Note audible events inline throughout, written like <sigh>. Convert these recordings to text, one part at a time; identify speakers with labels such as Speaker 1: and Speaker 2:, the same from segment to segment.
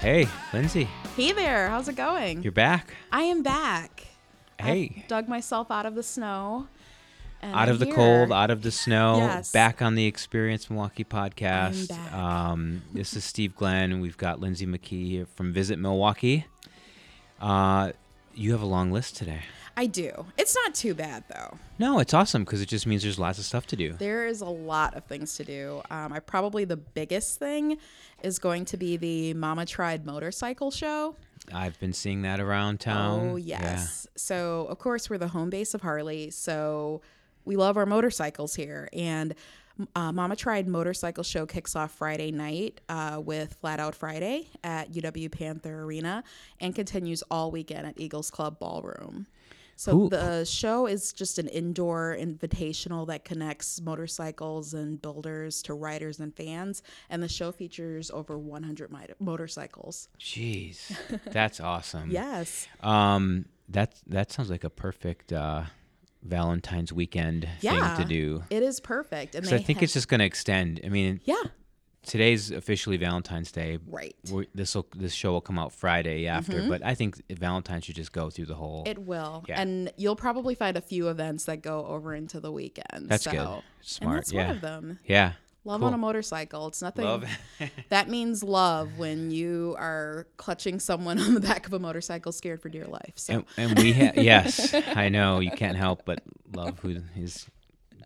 Speaker 1: Hey, Lindsay,
Speaker 2: Hey there, how's it going?
Speaker 1: you're back.
Speaker 2: I am back.
Speaker 1: Hey,
Speaker 2: I've dug myself out of the snow. and
Speaker 1: out
Speaker 2: I'm
Speaker 1: of the
Speaker 2: here.
Speaker 1: cold, uh out of the snow,
Speaker 2: Yes.
Speaker 1: back on the Experience Milwaukee podcast.
Speaker 2: back.
Speaker 1: Um, this is Steve Glenn. and We've got Lindsay McKee here from Visit Milwaukee. Uh, you have a long list today.
Speaker 2: I do. It's not too bad though.
Speaker 1: No, it's awesome because it just means there's lots of stuff to do.
Speaker 2: There is a lot of things to do. Um, I probably the biggest thing is going to be the Mama Tried Motorcycle Show.
Speaker 1: I've been seeing that around town.
Speaker 2: oh
Speaker 1: Um, Yeah.
Speaker 2: yes. So of course we're the home base of Harley, so we love our motorcycles here. And uh, Mama Tried Motorcycle Show kicks off Friday night uh, with Flat Out Friday at UW Panther Arena and continues all weekend at Eagles Club Ballroom. So
Speaker 1: Who-
Speaker 2: the show is just an indoor invitational that connects motorcycles and builders to riders and fans, and the show features over 100 mi- motorcycles.
Speaker 1: Jeez,
Speaker 2: <laughs>
Speaker 1: that's awesome.
Speaker 2: Yes.
Speaker 1: Um, that that sounds like a perfect uh, Valentine's weekend
Speaker 2: Yeah.
Speaker 1: thing to do.
Speaker 2: It is perfect. And
Speaker 1: Uh. So
Speaker 2: they
Speaker 1: I think
Speaker 2: have-
Speaker 1: it's just going to extend. I mean,
Speaker 2: yeah,
Speaker 1: today's officially Valentine's Day.
Speaker 2: right.
Speaker 1: This will this show will come out Friday after, but I think Valentine should just go through the whole.
Speaker 2: Mm-hmm. It will.
Speaker 1: Yeah.
Speaker 2: And you'll probably find a few events that go over into the weekend.
Speaker 1: that's
Speaker 2: so.
Speaker 1: good. Smart.
Speaker 2: And that's
Speaker 1: yeah.
Speaker 2: one of them.
Speaker 1: Yeah.
Speaker 2: Love on a motorcycle. It's nothing.
Speaker 1: Love.
Speaker 2: <laughs>
Speaker 1: <laughs>
Speaker 2: that means love when you are clutching someone <laughs> on the back of a motorcycle, scared for dear life. So
Speaker 1: and, and we ha-
Speaker 2: <laughs>
Speaker 1: yes, I know you can't help but love who is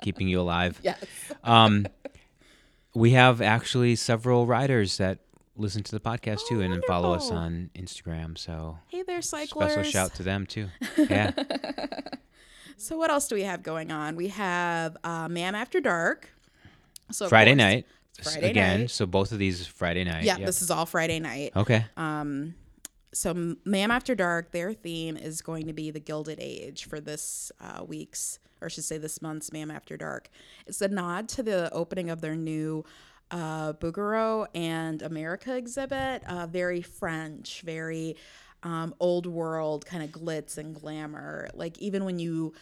Speaker 1: keeping you alive.
Speaker 2: yes,
Speaker 1: Um, we have actually several riders that listen to the podcast too and then follow us
Speaker 2: Oh, wonderful.
Speaker 1: on Instagram. So
Speaker 2: hey there, cyclists.
Speaker 1: special shout to them
Speaker 2: <laughs>
Speaker 1: too. Yeah.
Speaker 2: So what else do we have going on? We have uh, Ma'am After Dark. So of
Speaker 1: Friday
Speaker 2: course-
Speaker 1: night. s-
Speaker 2: Friday
Speaker 1: again,
Speaker 2: night.
Speaker 1: so both of these is Friday night.
Speaker 2: Yeah,
Speaker 1: Yep.
Speaker 2: this is all Friday night.
Speaker 1: okay.
Speaker 2: so ma'am after dark their theme is going to be the gilded age for this uh, week's or I should say this month's ma'am after dark it's a nod to the opening of their new uh, bouguereau and america exhibit uh, very french very um, old world kind of glitz and glamour like even when you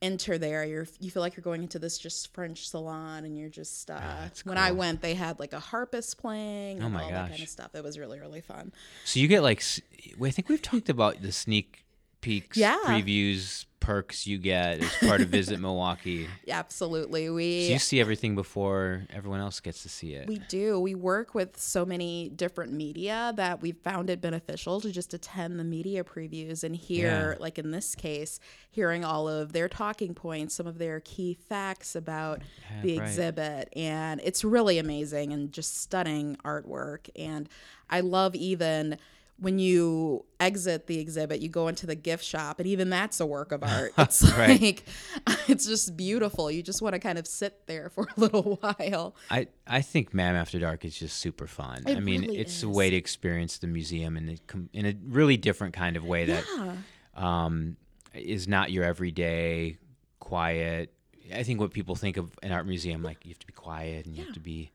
Speaker 2: enter there you're you feel like you're going into this just french salon and you're just uh,
Speaker 1: Ah, that's
Speaker 2: when i
Speaker 1: cool. Oh
Speaker 2: went they had like a harpist playing and
Speaker 1: my
Speaker 2: all that kind
Speaker 1: gosh.
Speaker 2: of stuff it was really really fun
Speaker 1: So you get like, s- I think we've talked about the sneak peeks,
Speaker 2: Yeah.
Speaker 1: previews, perks you get as part of
Speaker 2: <laughs>
Speaker 1: Visit Milwaukee.
Speaker 2: Yeah, absolutely we
Speaker 1: So you see everything before everyone else gets to see it.
Speaker 2: We do. We work with so many different media that we've found it beneficial to just attend the media previews and hear, like in this case, hearing all of their talking points, some of their key facts about the
Speaker 1: right.
Speaker 2: exhibit. And it's really amazing and just stunning artwork. And I love even. When you exit the exhibit, you go into the gift shop, and even that's a work
Speaker 1: <laughs>
Speaker 2: of art. It's
Speaker 1: Right.
Speaker 2: like, <laughs> it's just beautiful. You just want to kind of sit there for a little <laughs> while.
Speaker 1: I, I think Mam After Dark is just super fun.
Speaker 2: It
Speaker 1: I mean,
Speaker 2: really
Speaker 1: it's a
Speaker 2: is.
Speaker 1: way to experience the museum in a, com- in a really different kind of way that
Speaker 2: Yeah.
Speaker 1: um, is not your everyday quiet. I think what people think of an art museum, like you have to be quiet and you have to be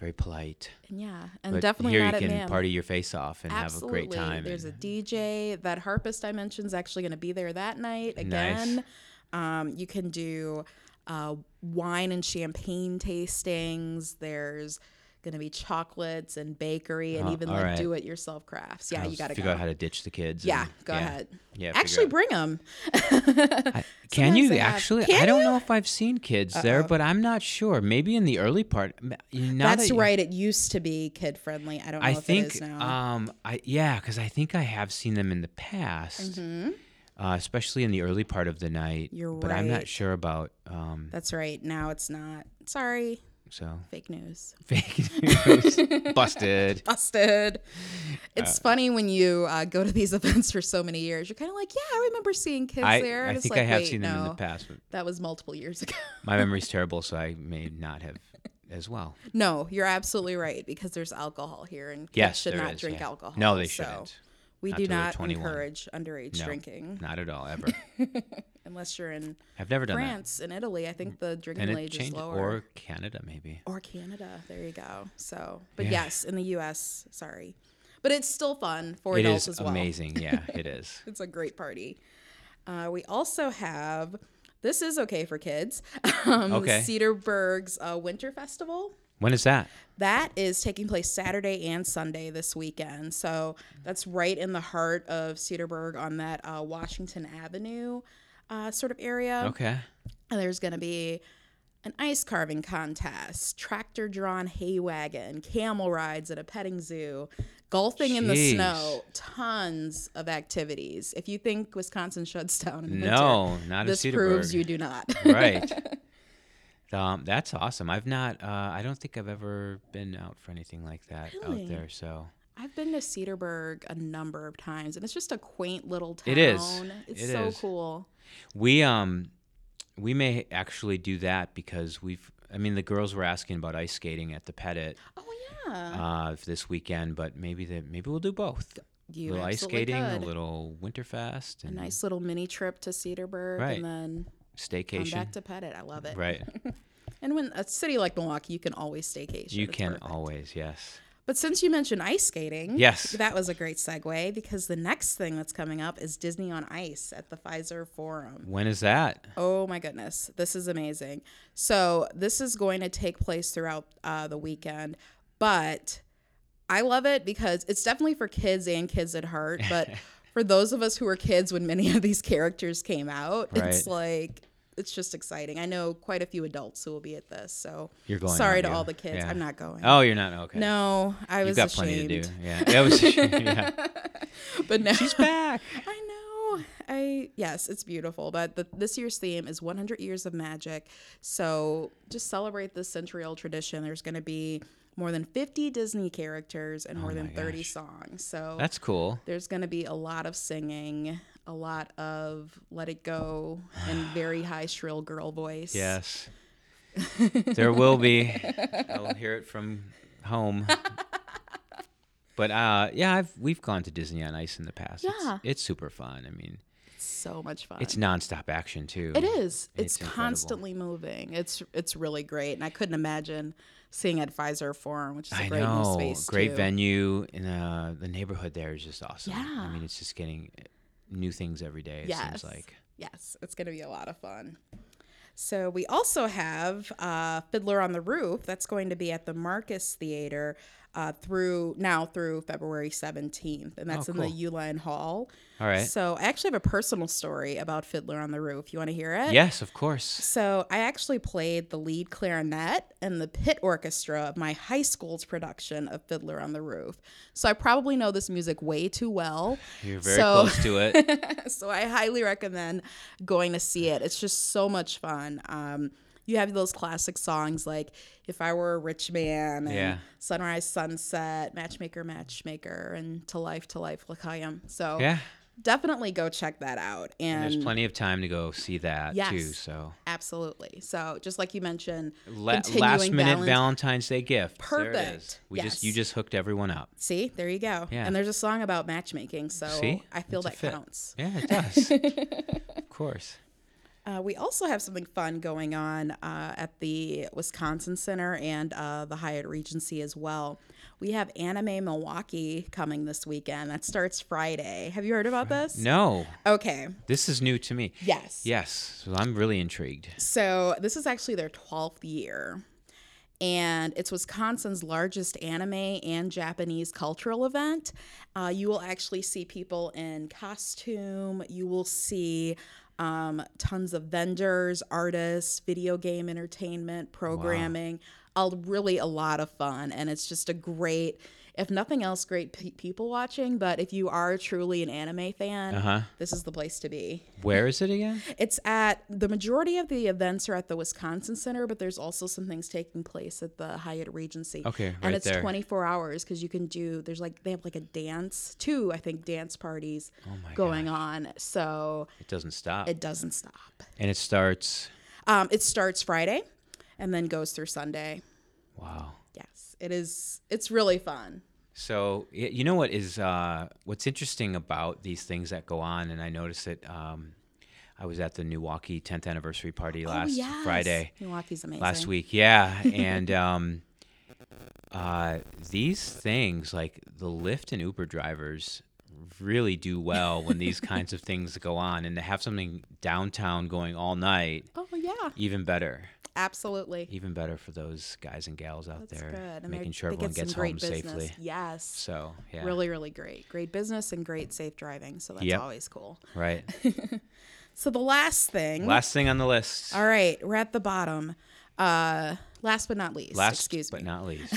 Speaker 1: very polite.
Speaker 2: And yeah, and
Speaker 1: But
Speaker 2: definitely
Speaker 1: here
Speaker 2: not at
Speaker 1: you can
Speaker 2: Mam.
Speaker 1: party your face off and
Speaker 2: Absolutely.
Speaker 1: have a great time.
Speaker 2: There's a
Speaker 1: and-
Speaker 2: DJ. That harpist I mentioned is actually going to be there that night
Speaker 1: Nice.
Speaker 2: again. Um, you can do uh, wine and champagne tastings. There's going to be chocolates and bakery and
Speaker 1: Huh,
Speaker 2: even
Speaker 1: all
Speaker 2: like
Speaker 1: right.
Speaker 2: do-it-yourself crafts. Yeah,
Speaker 1: Uh, I'll
Speaker 2: you got to
Speaker 1: figure
Speaker 2: go.
Speaker 1: out how to ditch the kids.
Speaker 2: yeah,
Speaker 1: and-
Speaker 2: go ahead.
Speaker 1: Yeah, figure
Speaker 2: actually,
Speaker 1: out-
Speaker 2: bring them.
Speaker 1: can
Speaker 2: sometimes
Speaker 1: you
Speaker 2: they have-
Speaker 1: actually? I
Speaker 2: Can
Speaker 1: don't know if I've seen kids there, but I'm not sure. Maybe in the early part. m- Now
Speaker 2: That's
Speaker 1: that you-
Speaker 2: right. It used to be kid friendly. I don't know
Speaker 1: I
Speaker 2: if it
Speaker 1: think.
Speaker 2: is now.
Speaker 1: Um, I yeah, because I think I have seen them in the past, uh, especially in the early part of the night.
Speaker 2: Mm-hmm. You're
Speaker 1: but I'm not
Speaker 2: right.
Speaker 1: sure about. Um,
Speaker 2: That's right. Now it's not. Sorry,
Speaker 1: so <laughs>
Speaker 2: fake news. <laughs>
Speaker 1: fake news. busted.
Speaker 2: busted. It's funny when you uh, go to these <laughs> events for so many years. You're kind of like, yeah, I remember seeing kids
Speaker 1: I,
Speaker 2: there.
Speaker 1: I
Speaker 2: And it's
Speaker 1: think
Speaker 2: like,
Speaker 1: I have
Speaker 2: wait,
Speaker 1: seen them in
Speaker 2: no,
Speaker 1: the past, but
Speaker 2: That was multiple years ago. <laughs>
Speaker 1: my memory's terrible, so I may not have as
Speaker 2: <laughs>
Speaker 1: well.
Speaker 2: no, you're absolutely right because there's alcohol here, and kids
Speaker 1: Yes,
Speaker 2: should
Speaker 1: there
Speaker 2: not
Speaker 1: is,
Speaker 2: drink
Speaker 1: yeah.
Speaker 2: alcohol.
Speaker 1: No, they
Speaker 2: So
Speaker 1: shouldn't.
Speaker 2: We
Speaker 1: Not
Speaker 2: do
Speaker 1: till they're
Speaker 2: not
Speaker 1: 21.
Speaker 2: encourage underage
Speaker 1: No.
Speaker 2: drinking
Speaker 1: Not at all,
Speaker 2: <laughs>
Speaker 1: ever.
Speaker 2: unless you're in
Speaker 1: I've never done
Speaker 2: France and Italy. I think the
Speaker 1: that. And
Speaker 2: drinking
Speaker 1: it
Speaker 2: age is
Speaker 1: changed,
Speaker 2: lower.
Speaker 1: or Canada maybe.
Speaker 2: or Canada. There you go. So, but
Speaker 1: Yeah.
Speaker 2: yes, in the U.S., sorry, but it's still fun for
Speaker 1: It
Speaker 2: adults
Speaker 1: is
Speaker 2: as well. <laughs>
Speaker 1: amazing. Yeah, it is.
Speaker 2: It's a great party. Uh, we also have this is okay for kids. <laughs> Um,
Speaker 1: Okay.
Speaker 2: Cedarburg's uh, Winter Festival.
Speaker 1: When is that?
Speaker 2: That is taking place Saturday and Sunday this weekend. So that's right in the heart of Cedarburg on that uh, Washington Avenue uh, sort of area.
Speaker 1: Okay.
Speaker 2: And there's going to be an ice carving contest, tractor drawn hay wagon, camel rides at a petting zoo, golfing in the
Speaker 1: Jeez.
Speaker 2: snow, tons of activities. If you think Wisconsin shuts down in winter,
Speaker 1: No, not
Speaker 2: this
Speaker 1: in Cedarburg.
Speaker 2: proves you <laughs> do not.
Speaker 1: <laughs>
Speaker 2: <laughs>
Speaker 1: right. Um, that's awesome. I've not. Uh, I don't think I've ever been out for anything like that
Speaker 2: Really?
Speaker 1: out there. So
Speaker 2: I've been to Cedarburg a number of times, and it's just a quaint little town.
Speaker 1: It is.
Speaker 2: It's
Speaker 1: It
Speaker 2: so
Speaker 1: is.
Speaker 2: cool.
Speaker 1: we um, we may actually do that because we've. I mean, the girls were asking about ice skating at the Pettit
Speaker 2: Oh yeah,
Speaker 1: uh, for this weekend, but maybe that maybe we'll do both. a
Speaker 2: you
Speaker 1: little ice
Speaker 2: absolutely
Speaker 1: skating, a
Speaker 2: could.
Speaker 1: little Winterfest,
Speaker 2: a
Speaker 1: and
Speaker 2: nice little mini trip to Cedarburg,
Speaker 1: Right.
Speaker 2: and then come
Speaker 1: staycation.
Speaker 2: back to Pettit. I love
Speaker 1: <laughs>
Speaker 2: it. <laughs>
Speaker 1: right,
Speaker 2: And when a city like Milwaukee, you can always staycation.
Speaker 1: you
Speaker 2: It's
Speaker 1: can
Speaker 2: perfect.
Speaker 1: always. Yes.
Speaker 2: But since you mentioned ice skating,
Speaker 1: Yes.
Speaker 2: that was a great segue because the next thing that's coming up is Disney on Ice at the Pfizer Forum.
Speaker 1: When is that?
Speaker 2: Oh my goodness, this is amazing. So, this is going to take place throughout uh, the weekend, but I love it because it's definitely for kids and kids at heart.
Speaker 1: <laughs>
Speaker 2: But for those of us who were kids when many of these characters came out,
Speaker 1: Right.
Speaker 2: it's like, it's just exciting. I know quite a few adults who will be at this. So,
Speaker 1: You're going,
Speaker 2: sorry
Speaker 1: aren't
Speaker 2: to
Speaker 1: you?
Speaker 2: all the kids.
Speaker 1: Yeah.
Speaker 2: I'm not going.
Speaker 1: Oh, you're not okay.
Speaker 2: No, I
Speaker 1: you've
Speaker 2: was
Speaker 1: got
Speaker 2: ashamed.
Speaker 1: plenty to do. Yeah, that
Speaker 2: <laughs>
Speaker 1: was. yeah.
Speaker 2: But no,
Speaker 1: back.
Speaker 2: I know. I yes, it's beautiful. But the, this year's theme is 100 years of magic. So just celebrate this century-old tradition. There's going to be more than 50 Disney characters and more than 30 songs. So
Speaker 1: Oh That's cool.
Speaker 2: there's going to be a lot of singing, a lot of "Let It Go" and very high shrill girl voice. <laughs>
Speaker 1: Yes. there will be. I'll hear it from home. But uh, yeah, I've we've gone to Disney on Ice in the past.
Speaker 2: Yeah.
Speaker 1: It's, it's super fun. I mean,
Speaker 2: It's so much fun.
Speaker 1: it's nonstop action too.
Speaker 2: It is. It's,
Speaker 1: It's incredible.
Speaker 2: constantly moving. It's it's really great, and I couldn't imagine seeing at Pfizer Forum, which is a
Speaker 1: I
Speaker 2: great
Speaker 1: know.
Speaker 2: new space.
Speaker 1: Great
Speaker 2: too.
Speaker 1: venue, and uh, the neighborhood there is just awesome. I
Speaker 2: Yeah.
Speaker 1: mean, it's just getting eh, new things every day. It
Speaker 2: Yes.
Speaker 1: seems like.
Speaker 2: Yes, it's going to be a lot of fun. So we also have uh, Fiddler on the Roof. That's going to be at the Marcus Theater uh, through now through February seventeenth, and that's
Speaker 1: Oh,
Speaker 2: in
Speaker 1: cool.
Speaker 2: the Uline Hall.
Speaker 1: All right.
Speaker 2: So I actually have a personal story about Fiddler on the Roof. You want to hear it?
Speaker 1: yes, of course.
Speaker 2: So I actually played the lead clarinet and the pit orchestra of my high school's production of Fiddler on the Roof. So I probably know this music way too well.
Speaker 1: You're very
Speaker 2: So-
Speaker 1: close to it.
Speaker 2: <laughs> so I highly recommend going to see it. It's just so much fun. Um, you have those classic songs like "If I Were a Rich Man" and
Speaker 1: Yeah.
Speaker 2: "Sunrise Sunset," "Matchmaker Matchmaker," and "To Life To Life Lakayam." So
Speaker 1: yeah.
Speaker 2: definitely go check that out. And
Speaker 1: There's plenty of time to go see that too.
Speaker 2: Yes.
Speaker 1: So.
Speaker 2: Absolutely. So just like you mentioned,
Speaker 1: La-
Speaker 2: continuing
Speaker 1: last minute
Speaker 2: Valent-
Speaker 1: Valentine's Day gift. There it is.
Speaker 2: Perfect.
Speaker 1: We just you
Speaker 2: Yes.
Speaker 1: just hooked everyone up.
Speaker 2: See, there you go.
Speaker 1: Yeah.
Speaker 2: And there's a song about matchmaking, so
Speaker 1: See?
Speaker 2: I feel
Speaker 1: It's a
Speaker 2: that
Speaker 1: fit.
Speaker 2: counts.
Speaker 1: Yeah,
Speaker 2: <laughs>
Speaker 1: it does. of course.
Speaker 2: Uh, we also have something fun going on uh, at the Wisconsin Center and uh, the Hyatt Regency as well. We have Anime Milwaukee coming this weekend. That starts Friday. Have you heard about this?
Speaker 1: No,
Speaker 2: Okay.
Speaker 1: this is new to me.
Speaker 2: Yes.
Speaker 1: Yes, so I'm really intrigued.
Speaker 2: So this is actually their 12th year. And it's Wisconsin's largest anime and Japanese cultural event. Uh, you will actually see people in costume. You will see um, tons of vendors, artists, video game entertainment, programming. A, really a lot of fun. And it's just a great, if nothing else, great pe- people watching. But if you are truly an anime fan,
Speaker 1: Uh huh.
Speaker 2: this is the place to be.
Speaker 1: Where is it again?
Speaker 2: It's at the majority of the events are at the Wisconsin Center, but there's also some things taking place at the Hyatt Regency.
Speaker 1: Okay, right
Speaker 2: and it's
Speaker 1: there.
Speaker 2: 24 hours because you can do. There's like they have like a dance, two I think dance parties
Speaker 1: Oh my
Speaker 2: going on, so
Speaker 1: It doesn't stop,
Speaker 2: it doesn't stop.
Speaker 1: and it starts.
Speaker 2: Um, it starts Friday, and then goes through Sunday.
Speaker 1: Wow.
Speaker 2: Yes, it is. It's really fun.
Speaker 1: So y- you know what is uh, what's interesting about these things that go on, and I noticed it. Um, I was at the Milwaukee 10th anniversary party last
Speaker 2: Oh, yes.
Speaker 1: Friday.
Speaker 2: Milwaukee's amazing.
Speaker 1: last week.
Speaker 2: <laughs>
Speaker 1: Yeah, and um, uh, these things like the Lyft and Uber drivers really do well when
Speaker 2: <laughs>
Speaker 1: these kinds of things go on, and to have something downtown going all night,
Speaker 2: Oh yeah,
Speaker 1: even better.
Speaker 2: absolutely.
Speaker 1: Even better for those guys and gals out
Speaker 2: That's
Speaker 1: there,
Speaker 2: good. And
Speaker 1: making
Speaker 2: they're-
Speaker 1: sure
Speaker 2: they
Speaker 1: everyone
Speaker 2: get some
Speaker 1: gets home
Speaker 2: great business.
Speaker 1: safely.
Speaker 2: Yes.
Speaker 1: So yeah,
Speaker 2: Really, really great. Great business and great safe driving. So that's
Speaker 1: Yep.
Speaker 2: always cool. <laughs>
Speaker 1: right.
Speaker 2: So the last thing.
Speaker 1: Last thing on the list.
Speaker 2: all right, we're at the bottom. Uh, last but not least.
Speaker 1: Last
Speaker 2: excuse
Speaker 1: but
Speaker 2: me.
Speaker 1: not
Speaker 2: <laughs>
Speaker 1: least.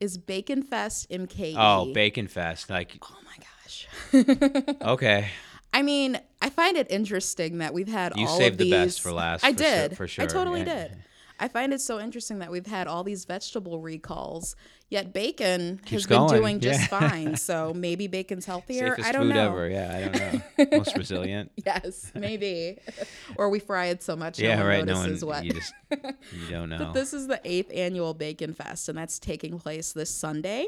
Speaker 2: Is Bacon Fest E. MKE?
Speaker 1: Oh, Bacon Fest. Like
Speaker 2: oh my gosh.
Speaker 1: <laughs>
Speaker 2: <laughs>
Speaker 1: okay,
Speaker 2: I mean, I find it interesting that we've had
Speaker 1: You
Speaker 2: all
Speaker 1: saved
Speaker 2: of
Speaker 1: the
Speaker 2: these.
Speaker 1: best for last,
Speaker 2: I
Speaker 1: for sure-
Speaker 2: did.
Speaker 1: for
Speaker 2: I
Speaker 1: sure,
Speaker 2: totally
Speaker 1: yeah.
Speaker 2: did. I find it so interesting that we've had all these vegetable recalls, yet bacon
Speaker 1: Keeps
Speaker 2: has been
Speaker 1: going,
Speaker 2: doing just
Speaker 1: yeah. <laughs>
Speaker 2: fine. So maybe bacon's healthier.
Speaker 1: safest
Speaker 2: I don't
Speaker 1: food
Speaker 2: know.
Speaker 1: ever. Yeah, I don't know.
Speaker 2: <laughs>
Speaker 1: Most resilient.
Speaker 2: Yes,
Speaker 1: <laughs>
Speaker 2: maybe. or we fry it so much.
Speaker 1: yeah,
Speaker 2: no one
Speaker 1: right. No one.
Speaker 2: Notices what.
Speaker 1: You just you don't know.
Speaker 2: But <laughs> this is the eighth annual Bacon Fest, and that's taking place this Sunday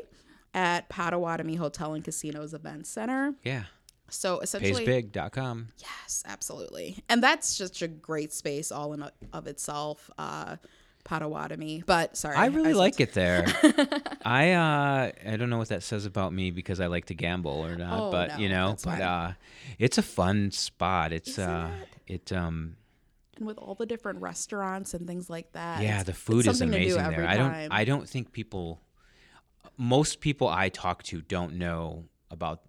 Speaker 2: at Potawatomi Hotel and Casinos Event Center.
Speaker 1: yeah,
Speaker 2: So essentially,
Speaker 1: paysbig.com.
Speaker 2: Yes, absolutely. And that's just a great space all in of itself. Uh, Potawatomi, but sorry,
Speaker 1: I really like it
Speaker 2: <laughs>
Speaker 1: there. I uh, I don't know what that says about me because I like to gamble or not,
Speaker 2: Oh,
Speaker 1: but
Speaker 2: no,
Speaker 1: you know,
Speaker 2: that's
Speaker 1: but
Speaker 2: fine.
Speaker 1: uh, it's a fun spot. It's
Speaker 2: Isn't
Speaker 1: uh, it um,
Speaker 2: And with all the different restaurants and things like that.
Speaker 1: yeah,
Speaker 2: Uh, it's-
Speaker 1: the
Speaker 2: it's
Speaker 1: food is
Speaker 2: something to do
Speaker 1: amazing
Speaker 2: every
Speaker 1: there. I don't
Speaker 2: time.
Speaker 1: I don't think people, most people I talk to don't know about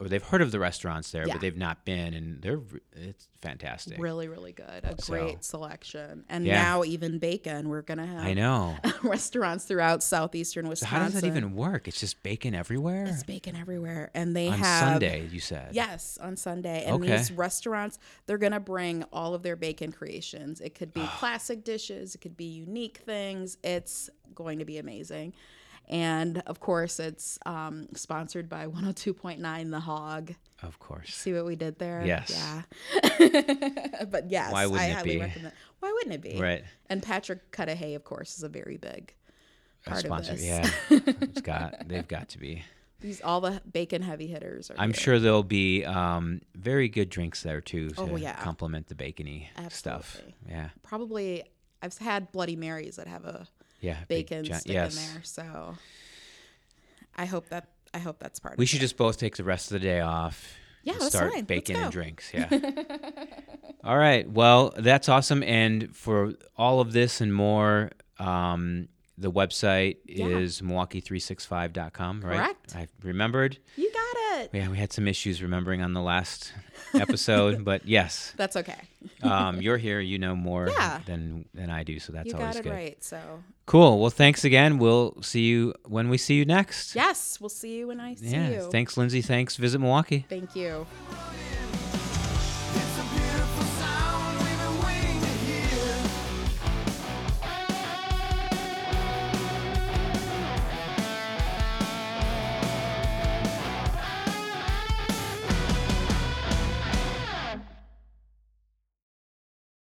Speaker 1: or they've heard of the restaurants there,
Speaker 2: Yeah.
Speaker 1: but they've not been, and they're r- it's fantastic.
Speaker 2: Really, really good. A
Speaker 1: So-
Speaker 2: great selection, and
Speaker 1: Yeah.
Speaker 2: now even bacon. We're gonna have
Speaker 1: I
Speaker 2: <laughs>
Speaker 1: know.
Speaker 2: restaurants throughout southeastern
Speaker 1: So
Speaker 2: Wisconsin.
Speaker 1: how does that even work? It's just bacon everywhere
Speaker 2: It's bacon everywhere, and they
Speaker 1: on
Speaker 2: have
Speaker 1: Sunday. You said
Speaker 2: Yes, on Sunday. And
Speaker 1: Okay.
Speaker 2: these restaurants, they're going to bring all of their bacon creations. It could be classic dishes, it could be unique things. It's going to be amazing. And of course, it's um, sponsored by 102.9 The Hog.
Speaker 1: of course.
Speaker 2: See what we did there?
Speaker 1: Yes.
Speaker 2: Yeah. <laughs> but yes,
Speaker 1: Why wouldn't
Speaker 2: I
Speaker 1: it
Speaker 2: highly
Speaker 1: be?
Speaker 2: recommend. Why wouldn't it be?
Speaker 1: Right.
Speaker 2: And Patrick Cudahy, of course, is a very big part
Speaker 1: sponsor.
Speaker 2: of this. <laughs>
Speaker 1: Yeah, it's got they've got to be.
Speaker 2: These all the bacon heavy hitters are.
Speaker 1: I'm
Speaker 2: here.
Speaker 1: sure there'll be um, very good drinks there too to
Speaker 2: Oh, yeah.
Speaker 1: complement the bacony stuff.
Speaker 2: Absolutely.
Speaker 1: Yeah,
Speaker 2: Probably, I've had Bloody Marys that have a
Speaker 1: yeah, big
Speaker 2: bacon
Speaker 1: gi-
Speaker 2: stick in there. So I hope that I hope that's part
Speaker 1: We
Speaker 2: of
Speaker 1: should just both take the rest of the day off.
Speaker 2: Yeah,
Speaker 1: and
Speaker 2: that's
Speaker 1: start
Speaker 2: fine. Let's
Speaker 1: baking
Speaker 2: go.
Speaker 1: and drinks. Yeah. <laughs> all right. Well, that's awesome. And for all of this and more, um, the website
Speaker 2: Yeah.
Speaker 1: is Milwaukee365.com, right?
Speaker 2: Correct.
Speaker 1: I remembered.
Speaker 2: it. You got it.
Speaker 1: Yeah, we had some issues remembering on the last
Speaker 2: <laughs>
Speaker 1: episode, but yes.
Speaker 2: That's okay.
Speaker 1: um, you're here. You know more
Speaker 2: Yeah.
Speaker 1: than than I do, so that's
Speaker 2: You
Speaker 1: always
Speaker 2: got it
Speaker 1: good.
Speaker 2: right. So
Speaker 1: Cool. Well, thanks again. We'll see you when we see you next.
Speaker 2: yes, we'll see you when I see
Speaker 1: Yeah.
Speaker 2: you.
Speaker 1: Thanks, Lindsay. Thanks, Visit Milwaukee.
Speaker 2: Thank you.
Speaker 3: Milwaukee,